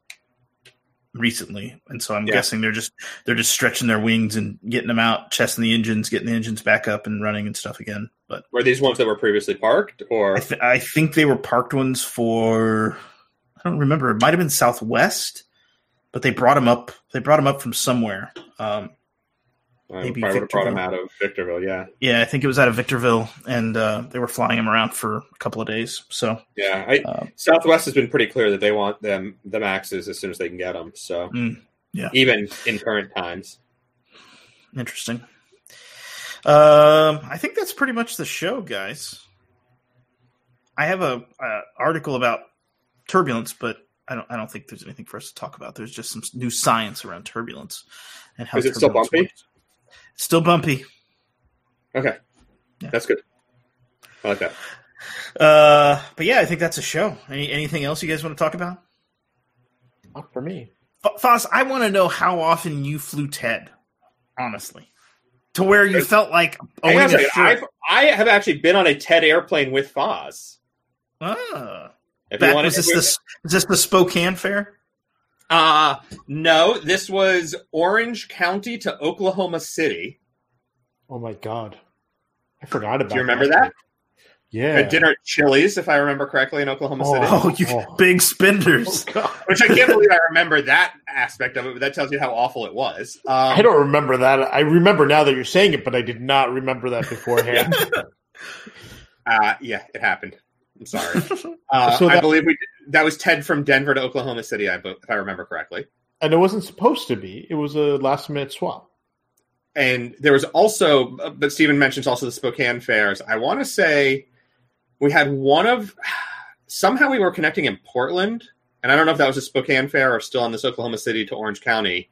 recently, and so I'm
Yeah.
guessing they're just they're just stretching their wings and getting them out, chesting the engines, getting the engines back up and running and stuff again. But
Were these ones that were previously parked, or
I, th- I think they were parked ones for I don't remember. It might have been Southwest, but they brought them up. They brought them up from somewhere. Um,
um, I
maybe
probably would have brought them out
Victorville.
of Victorville? Yeah,
yeah, I think it was out of Victorville, and uh, they were flying them around for a couple of days. So
yeah. I,
uh,
Southwest has been pretty clear that they want them the maxes as soon as they can get them. So
Mm, yeah.
even in current times.
interesting. Um, I think that's pretty much the show, guys. I have a, uh article about turbulence, but I don't. I don't think there's anything for us to talk about. There's just some new science around turbulence and how
Is it still
turbulence
bumpy?
works. Still bumpy.
Okay,
Yeah.
that's good. I like that.
Uh, but yeah, I think that's a show. Any, anything else you guys want to talk about?
Not for me.
F- Foss, I want to know how often you flew Ted, honestly, to where you felt like
Hang
owning
on
a
a second.
shirt.
I've, I have actually been on a TED airplane with Foz.
Ah,
If
back,
wanna-
was this the, is this the Spokane Fair?
Uh no, this was Orange County to Oklahoma City.
Oh my god, I forgot about.
Do you remember
that?
that?
Yeah.
At dinner at Chili's, if I remember correctly, in Oklahoma
Oh.
City.
Oh, you
Oh.
big spenders.
God.
Which I can't believe I remember that aspect of it, but that tells you how awful it was. Um,
I don't remember that. I remember now that you're saying it, but I did not remember that beforehand.
uh, yeah, it happened. I'm sorry. Uh,
So
I
that-
believe we that was Ted from Denver to Oklahoma City, I, be- if I remember correctly.
and it wasn't supposed to be. It was a last minute swap.
and there was also but stephen mentions also the spokane fairs i want to say we had one of somehow we were connecting in portland and i don't know if that was a spokane fair or still on this oklahoma city to orange county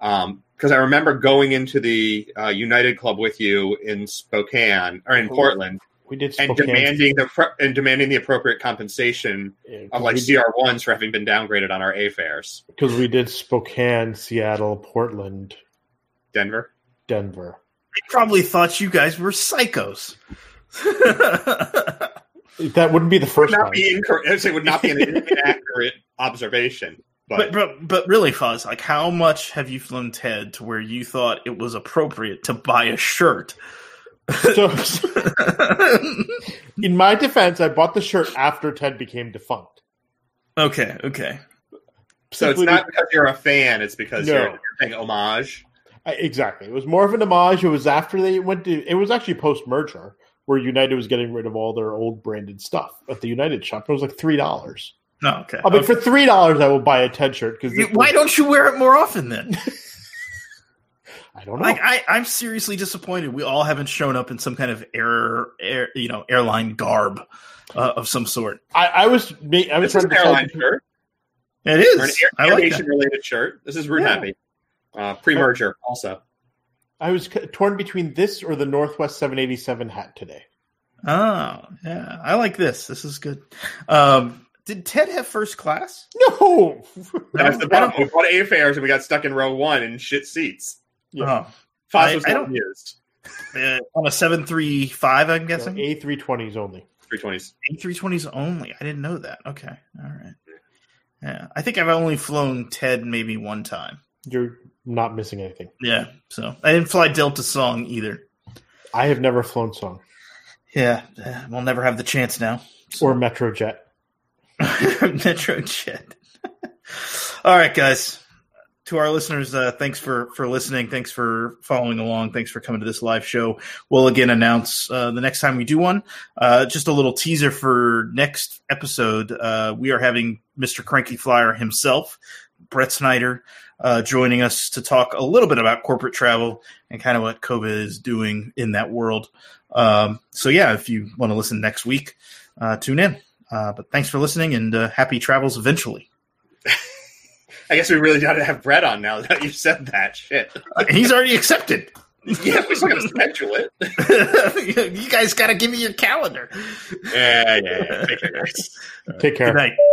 because i remember going into the uh, united club with you in spokane or in
Oh,
portland
We did
and
Spokane.
demanding the pro- and demanding the appropriate compensation
Yeah,
of like
we did-
cr1s for having been downgraded on our a fairs
because we did Spokane, Seattle, Portland,
denver
Denver.
Probably thought you guys were psychos.
That wouldn't be the
would
first
not
time.
be incorrect I would say would not be an inaccurate observation
but, but but really, Foz, like how much have you flown Ted to where you thought it was appropriate to buy a shirt?
So, in my defense, I bought the shirt after Ted became defunct.
Okay, okay.
So it's
Simply
not because you're a fan; it's because
No.
you're, you're paying homage.
I- Exactly. It was more of an homage. It was after they went to. It was actually post merger, where United was getting rid of all their old branded stuff at the United shop. It was like three dollars.
No, okay.
I mean, for three dollars, I will buy a Ted shirt because
You- why don't you wear it more often then?
I don't know.
like I, I'm seriously disappointed. We all haven't shown up in some kind of air, air you know, airline garb uh, of some sort.
I, I was ma- I was
This is an
trying to decide
airline
between-
shirt
It
or an
is. I
air-
like that.
aviation related shirt. This is Root
Yeah.
Happy. Uh, pre-merger also.
I was c- torn between this or the Northwest 787 hat today.
Oh yeah, I like this. This is good. Um, did Ted have first class?
No.
That's the
I don't-
problem. We bought airfares and we got stuck in row one in shit seats.
Yeah.
Oh, I-
Foss was
I
not
don't-
used.
uh, on a seven three five, I'm guessing.
A320s only.
320s.
A320s only. I didn't know that. Okay. All right. Yeah. I think I've only flown Ted maybe one time.
You're not missing anything.
Yeah. So I didn't fly Delta Song either.
I have never flown song
Yeah. eh, We'll never have the chance now.
or Metrojet.
Metrojet. All right, guys. To our listeners, uh, thanks for for listening. Thanks for following along. Thanks for coming to this live show. We'll again announce uh, the next time we do one. Uh, just a little teaser for next episode. Uh, we are having Mr. Cranky Flyer himself, Brett Snyder, uh, joining us to talk a little bit about corporate travel and kind of what COVID is doing in that world. Um, so, yeah, if you want to listen next week, uh, tune in. Uh, but thanks for listening and uh, happy travels eventually.
I guess we really got to have bread on now that you said that. Shit.
Uh, He's already accepted.
Yeah, we just got to schedule it.
you guys got to give me your calendar.
Yeah, yeah, yeah. Take care, guys.
Take care.
Good night.